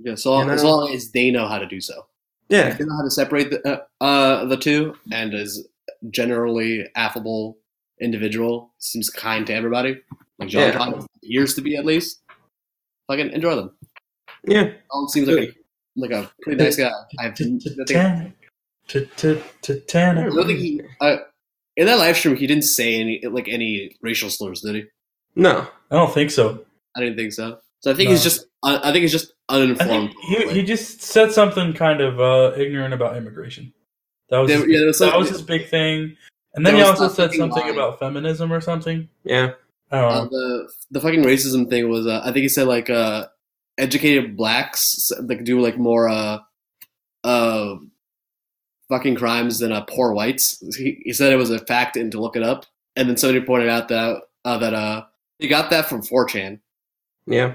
Yeah, so
You know?
as long as they know how to do so,
Yeah,
if they know how to separate the uh, uh, the two, and is generally affable individual, seems kind to everybody. Like John
Yeah.
Cotton appears to be at least. Fucking enjoy them.
yeah.
Alan seems like a, like a pretty nice
<laughs>
guy. I have
T- t-
I think,
Titanic. T- t- Titanic.
I don't think he. Uh, in that live stream, he didn't say any like any racial slurs, did he?
No.
I don't think so.
I didn't think so. So I think he's
No.
just. uh, I I think he's just
I
uninformed.
think he, he just said something kind of uh, ignorant about immigration. That was
There-
his,
yeah, there was
that
some-
was his big thing. And then
There
he
was
also
that
said
fucking
something
line.
about feminism or something. Oh,
Yeah.
I
Uh,
don't
Oh,
know.
the the fucking racism thing was uh, I think he said like uh, educated blacks like do like more uh, uh, fucking crimes than uh, poor whites. He, he said it was a fact and to look it up, and then somebody pointed out that uh, that uh, he got that from 4chan.
Yeah.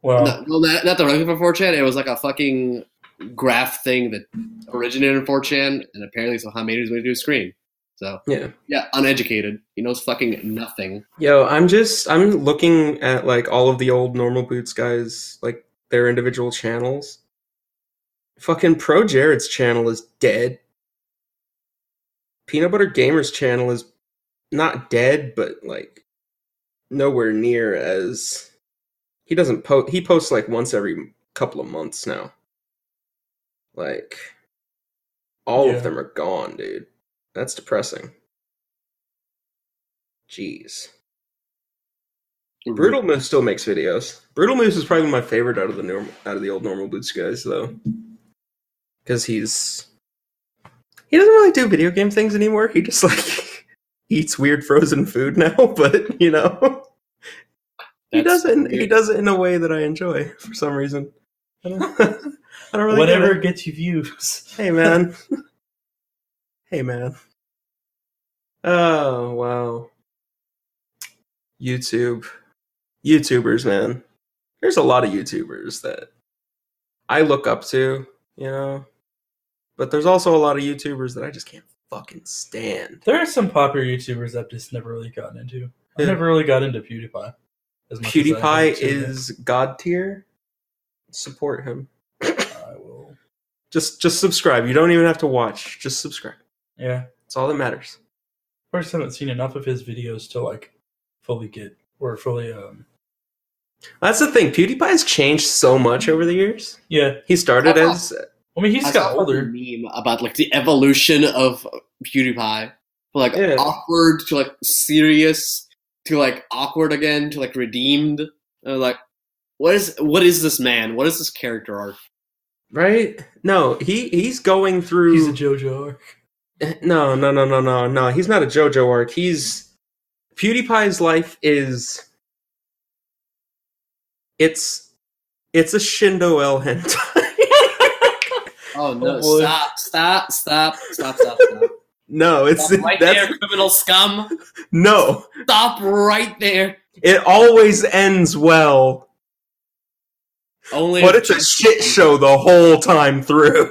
Well,
No, well, not, not directly from 4chan. It was like a fucking graph thing that originated in 4chan, and apparently somehow made his way to a screen. So
Yeah.
yeah, uneducated. He knows fucking nothing.
Yo, I'm just I'm looking at like all of the old normal boots guys, like their individual channels. Fucking Pro Jared's channel is dead. Peanut Butter Gamer's channel is not dead, but like nowhere near as he doesn't post he posts like once every couple of months now. Like all
Yeah.
of them are gone, dude. That's depressing. Jeez. Brutal Moose still makes videos. Brutal Moose is probably my favorite out of the normal, out of the old normal boots guys though, because he's he doesn't really do video game things anymore. He just like <laughs> eats weird frozen food now, <laughs> but you know he
That's
doesn't. He
weird.
does it in a way that I enjoy for some reason. I don't, <laughs> I don't really. get
whatever
it.
gets you views. <laughs>
Hey man. hey man. Oh wow. YouTube. YouTubers, man. There's a lot of YouTubers that I look up to, you know. But there's also a lot of YouTubers that I just can't fucking stand.
There are some popular YouTubers I've just never really gotten into. I
Yeah.
never really got into PewDiePie. As much as I
PewDiePie
have to.
is god tier. Support him.
I will.
Just just subscribe. You don't even have to watch. Just subscribe.
Yeah.
That's all that matters.
I just haven't seen enough of his videos to like fully get or fully um
That's the thing. PewDiePie has changed so much over the years.
yeah.
He started
Uh-huh.
as
I mean he's
I
got
saw a
older.
meme about like the evolution of PewDiePie, from, like
Yeah.
awkward to like serious to like awkward again to like redeemed. And I was like, what is what is this man? What is this character arc?
right. No, he he's going through.
He's a JoJo. arc.
no, no, no, no, no, no. He's not a JoJo arc. He's PewDiePie's life is. It's, it's a Shindo L hentai.
Oh no!
boy.
stop! Stop! Stop! Stop! Stop!
<laughs>
Stop!
<laughs> no, it's
stop right
that's,
there, criminal scum!
no.
Stop right there!
It always ends well,
Only
but
if
it's a
John-
shit show the whole time through.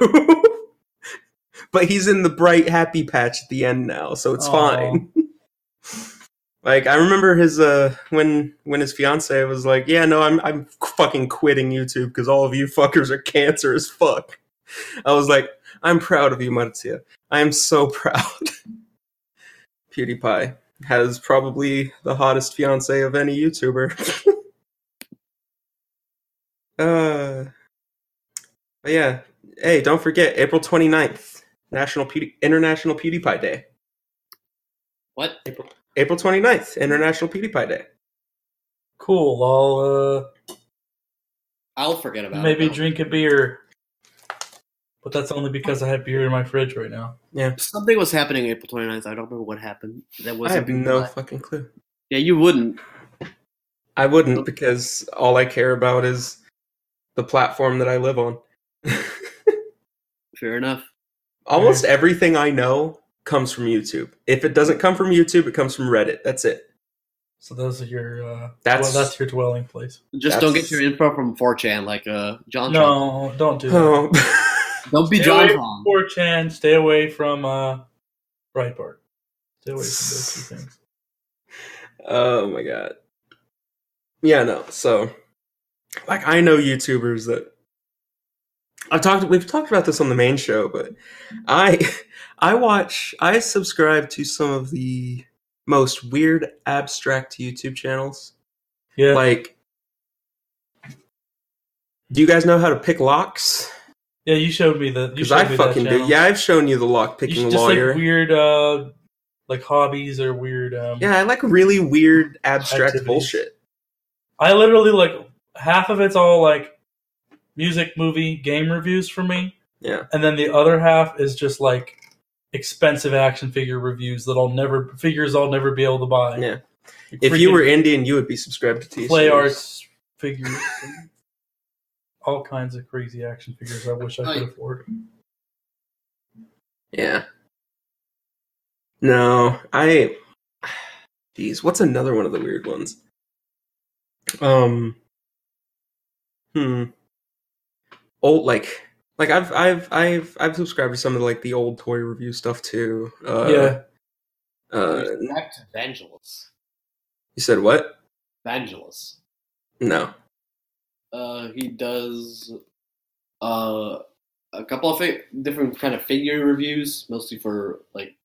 <laughs> but he's in the bright happy patch at the end now, so it's
Aw.
fine. Like I remember his uh when when his fiance was like, "Yeah, no, I'm I'm fucking quitting YouTube because all of you fuckers are cancer as fuck." I was like, I'm proud of you, Marzia. I am so <laughs> proud. PewDiePie has probably the hottest fiance of any YouTuber. <laughs> uh, but yeah. Hey, don't forget April 29th, National Pewdie- International PewDiePie Day.
What?
April 29th, International PewDiePie Day.
Cool. I'll
I'll forget
uh,
about
maybe
it. now.
drink a beer, but that's only because I have beer in my fridge right now.
Something was happening April 29th. I don't remember what happened. That was
I have no fucking clue.
Yeah, you wouldn't.
I wouldn't because all I care about is the platform that I live on. <laughs>
Fair enough.
Almost
Mm-hmm.
everything I know comes from YouTube. If it doesn't come from YouTube, it comes from Reddit. That's it.
So those are your. Uh,
That's-
well, that's your dwelling place.
Just don't
That's-
get your info from 4chan like uh John.
No, don't do that.
<sighs> Oh,
Tron. Don't be
Stay
John.
away
Tron.
from 4chan. Stay away from uh, Breitbart. Stay away from those two things.
<laughs> oh my god. Yeah, no. So, like, I know YouTubers that I've talked. We've talked about this on the main show, but I, <laughs> I watch. I subscribe to some of the most weird, abstract YouTube channels.
Yeah.
like do you guys know how to pick locks
yeah, you showed me the. you
because
showed
i
me that
fucking do
channel.
yeah i've shown you the lock
You should
picking
just
lawyer
like weird, uh, like hobbies or weird. Um,
yeah i like really weird abstract
Activities.
bullshit
I literally like half of it's all like music, movie, game reviews for me,
yeah
and then the other half is just like expensive action figure reviews that I'll never figures I'll never be able to buy.
Yeah. if you were indian you would be subscribed to TSUs.
play arts figures, <laughs> and all kinds of crazy action figures. I wish I could
Right.
afford.
yeah no i Jeez, what's another one of the weird ones um hmm old like like i've i've i've i've subscribed to some of like the old toy review stuff too uh
yeah,
Uh,
Back to Vangelis.
you said what?
Vangelis.
No.
Uh, he does uh, a couple of fi- different kind of figure reviews, mostly for like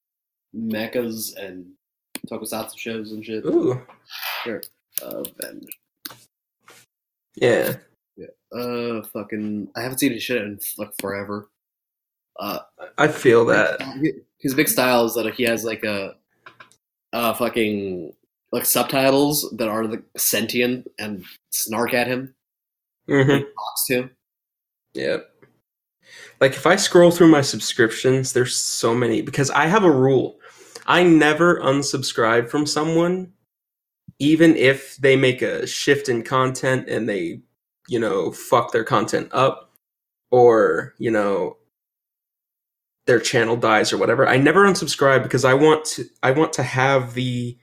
mechas and tokusatsu shows and shit.
Ooh.
Uh, and,
Yeah.
uh, fucking, I haven't seen his shit in like forever. Uh,
I feel that.
his big style is that he has like a, uh, fucking like subtitles that are like sentient and snark at him,
hmm
talks to him.
Yeah. Like if I scroll through my subscriptions, there's so many because I have a rule. I never unsubscribe from someone, even if they make a shift in content and they, you know, fuck their content up or, you know, their channel dies or whatever. I never unsubscribe because I want to I want to have the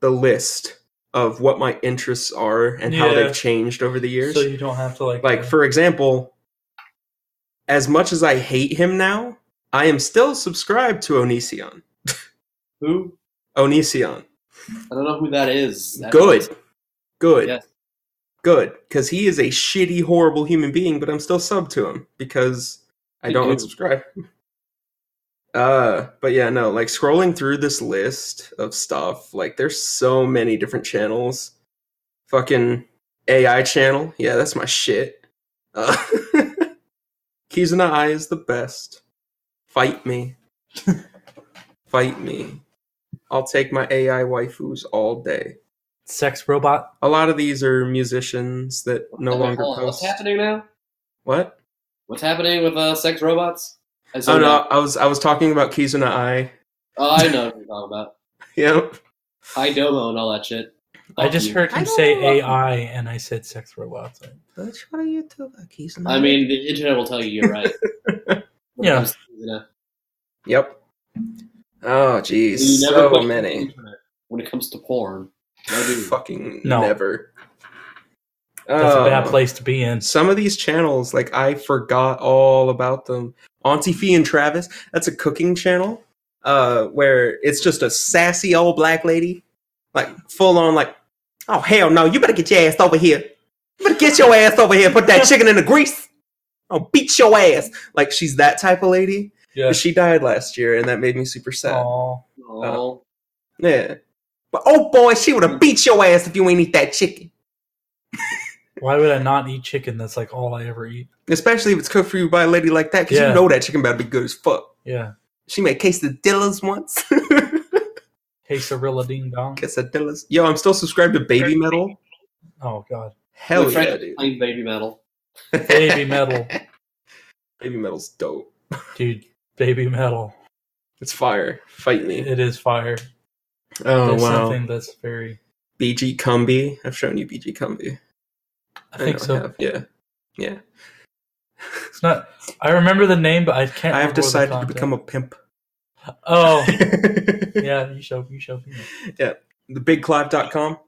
the list of what my interests are and how
Yeah.
they've changed over the years
so you don't have to like
like for example as much as i hate him now i am still subscribed to onision
uh,
Who?
onision
I don't know who that is. That
good good
Yes.
good because he is a shitty horrible human being but i'm still sub to him because i
You
don't
do.
unsubscribe <laughs> uh but yeah no like scrolling through this list of stuff like there's so many different channels fucking ai channel yeah that's my shit uh, <laughs> kizuna i is the best fight me
<laughs>
fight me i'll take my ai waifus all day
sex robot.
a lot of these are musicians that no
Wait,
longer
hold on, What's
post.
happening now?
What?
What's happening with uh, sex robots? I
oh
zoned
no,
out.
I was I was talking about Kizuna Ai.
Oh, I know what you're talking about.
<laughs> Yep.
Hi Domo and all that shit.
I
Fuck
just
you.
heard
I
him
don't
say
know.
AI, and I said sex robots.
Let's try YouTube Kizuna.
I mean, the internet will tell you
<laughs>
you're right.
Yeah.
You know,
Yep. Oh
you
jeez,
never
so
question the <laughs>
many.
internet When it comes to porn, I do.
Fucking
No.
never.
That's a bad
Oh.
place to be in.
Some of these channels, like I forgot all about them. Auntie Fee and Travis, that's a cooking channel, uh, where it's just a sassy old black lady, like full on, like,
<laughs>
oh hell no, you better get your ass over here, you better get your ass over here, put that chicken in the grease, I'll beat your ass. Like she's that type of lady.
Yeah.
She died last year, and that made me super sad.
Aw.
Oh,
Yeah. But oh boy, she would have beat your ass if you ain't eat that chicken.
Why would I not eat chicken? That's like all I ever eat.
Especially if it's cooked for you by a lady like that, because
Yeah.
you know that chicken better be good as fuck.
Yeah.
She made quesadillas once. <laughs>
Quesarilla ding dong.
quesadillas. Yo, I'm still subscribed to Baby Metal.
Oh god.
Hell
My friend
yeah, dude.
playing baby metal.
Baby
<laughs>
metal.
Baby Metal's dope.
Dude, baby metal.
It's fire. Fight me.
It is fire.
Oh
There's
wow.
something that's very
BG Cumby. I've shown you BG Cumby.
I think
know I
so.
have. Yeah. Yeah.
It's not I remember the name but I can't
I have
remember the
decided to
content.
become a pimp. <laughs>
Oh
the
yeah, you show you show me. that.
BigClive.com.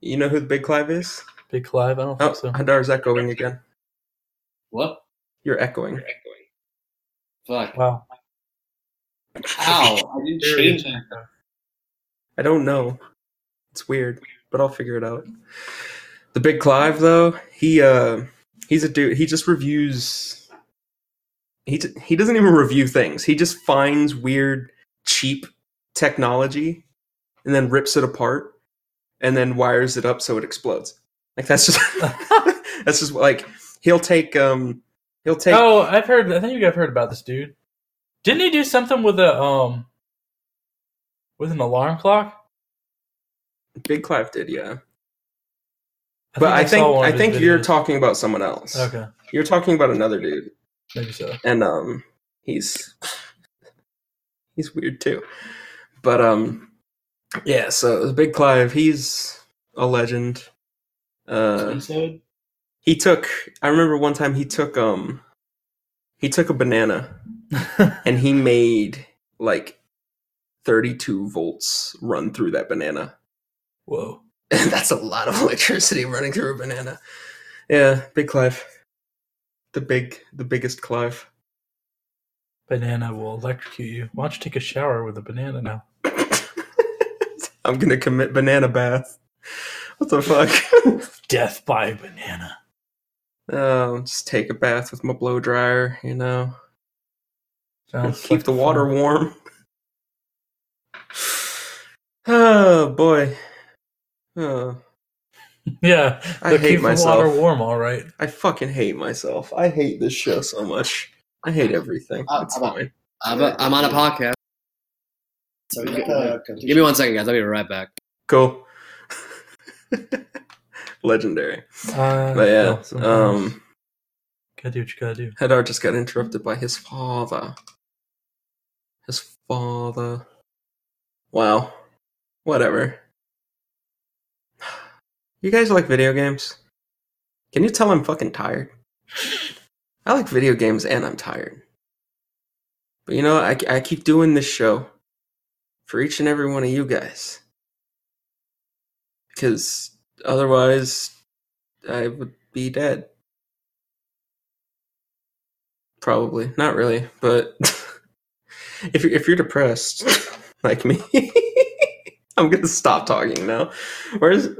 You know who the Big Clive is?
Big Clive, I don't
Oh,
think so.
Hadar's echoing again.
What?
You're echoing.
Fuck.
Wow.
<laughs> Ow! I didn't change that.
I don't know. It's weird, but I'll figure it out. The Big Clive though, he uh he's a dude. He just reviews he d- he doesn't even review things. He just finds weird cheap technology and then rips it apart and then wires it up so it explodes. Like that's
<laughs>
just that's just like he'll take um he'll take
Oh, I've heard I think I've heard about this dude. Didn't he do something with a um with an alarm clock?
Big Clive did, yeah.
I
but I think
saw one
I
of his
think you're
videos.
talking about someone else.
Okay,
You're talking about another dude.
maybe so.
and um he's he's weird too but um yeah so the big clive he's a legend uh
Episode?
he took i remember one time he took um he took a banana and he made like 32 volts run through that banana <laughs>
<laughs> Whoa.
and that's a lot of electricity running through a banana yeah big clive the big the biggest clive
Banana will electrocute you. Why don't you take a shower with a banana now?
<coughs> I'm gonna commit banana bath. What the fuck? <laughs>
Death by banana.
oh, just take a bath with my blow dryer, you know.
Sounds
Keep
like
the water
fun.
warm. <sighs> Oh boy. Oh,
Yeah,
I
but
hate
keep
myself.
the water warm. All right.
I fucking hate myself. I hate this show so much. I hate everything.
Uh,
it's
I'm up.
fine.
I'm, a, I'm on a podcast. So, uh, give me one second, guys. I'll be right back.
Cool. <laughs> Legendary.
Uh,
But yeah,
no, sometimes.
um,
gotta do what you gotta do.
Hadar just got interrupted by his father. His father. Wow. Whatever. You guys like video games? Can you tell I'm fucking tired? I like video games and I'm tired. But you know, I, I keep doing this show for each and every one of you guys. Because otherwise, I would be dead. Probably. Not really, but <laughs> if you're, if you're depressed <laughs> like me, I'm going to stop talking now. Where's <laughs>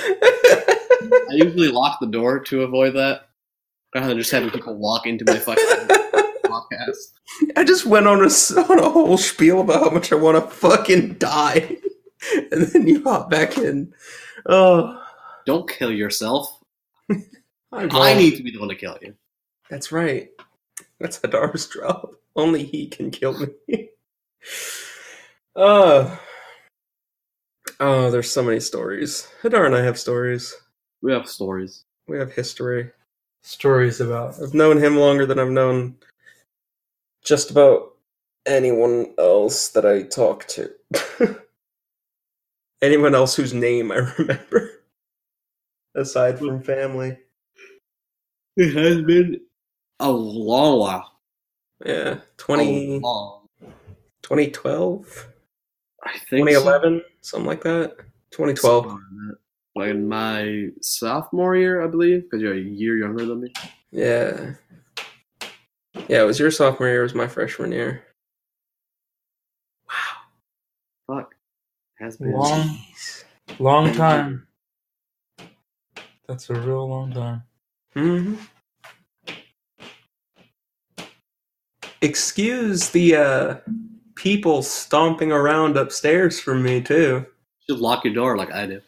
I usually lock the door to avoid that rather than just having people walk into my fucking <laughs> podcast.
I just went on a s- on a whole spiel about how much I want to fucking die, <laughs> and then you hop back in. Oh,
Don't kill yourself.
I,
I
won't.
need to be the one to kill you.
That's right. That's Hadar's job. <laughs> Only he can kill me. <laughs> oh. Oh, there's so many stories. Hadar and I have stories.
We have stories.
We have history.
Stories about
I've known him longer than I've known just about anyone else that I talk to. <laughs> anyone else whose name I <laughs> remember. Aside from family.
It has been a long while.
Yeah.
A
20,
long.
2012?
I think so.
2011, something like that. 2012.
Something like that. Like in my sophomore year, I believe, because you're a year younger than me.
Yeah. Yeah, it was your sophomore year. It was my freshman year. Wow.
Has been.
Long, long time. That's a real long time.
hmm Excuse the uh, people stomping around upstairs from me too.
Should lock your door like I do.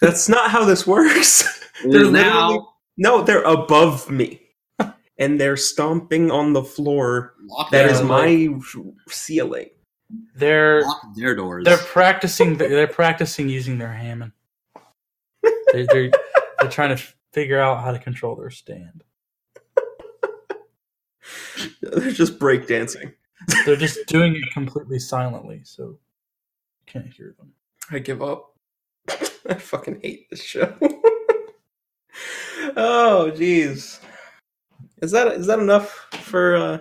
That's not how this works. <laughs>
It
They're
is now
No, they're above me, <laughs> and they're stomping on the floor.
lock
That
their,
is
Yeah.
my ceiling.
They're
lock their doors.
they're practicing. They're practicing using their Hammond. They, they're they're trying to figure out how to control their stand.
They're just breakdancing.
They're just doing it completely silently, so you can't hear them.
I give up. <laughs> I fucking hate this show. <laughs> oh, jeez. Is that is that enough for uh,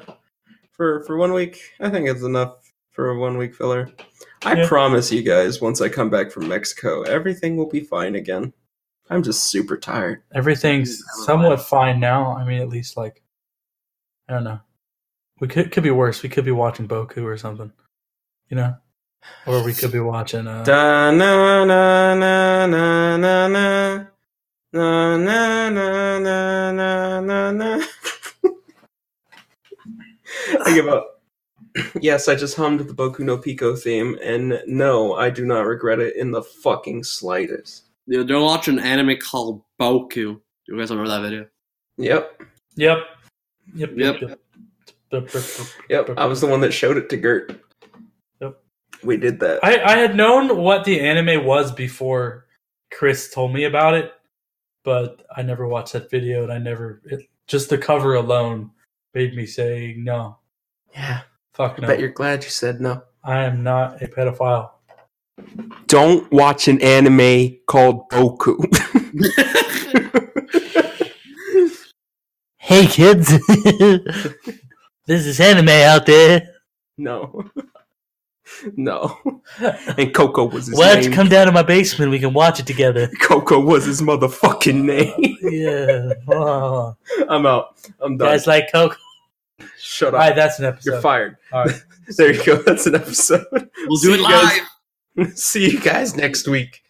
for for one week? I think it's enough for a one week filler. I
Yeah.
promise you guys, once I come back from Mexico, everything will be fine again. I'm just super tired.
Everything's somewhat fine now. I mean, at least like I don't know. We could could be worse. We could be watching Boku or something, you know, or we could be watching. Uh,
Da na na na na na na na na na na na na na. I give up. Yes, I just hummed the Boku no Pico theme, and no, I do not regret it in the fucking slightest.
they're, they're watching an anime called Boku. You guys remember that video?
Yep,
Yep. Yep.
Yep.
yep.
yep. I was the one that showed it to Gert.
Yep.
We did that.
I, I had known what the anime was before Chris told me about it, but I never watched that video, and I never. It, just the cover alone made me say no.
yeah.
Fuck
I
no.
bet you're glad you said no.
I am not a pedophile.
Don't watch an anime called Boku.
Hey
<laughs>
kids, this is anime out there.
No. <laughs> No. And Coco was his
Why don't you
name.
come down to my basement? We can watch it
<laughs>
together.
Coco was his motherfucking name. <laughs>
yeah, <laughs> oh,
I'm out. I'm done.
guys like Coke.
Shut
All
up.
right, that's an episode.
You're fired.
All right.
There you go. That's an episode. <laughs>
we'll
See
do it
you
live.
guys- See you guys next week.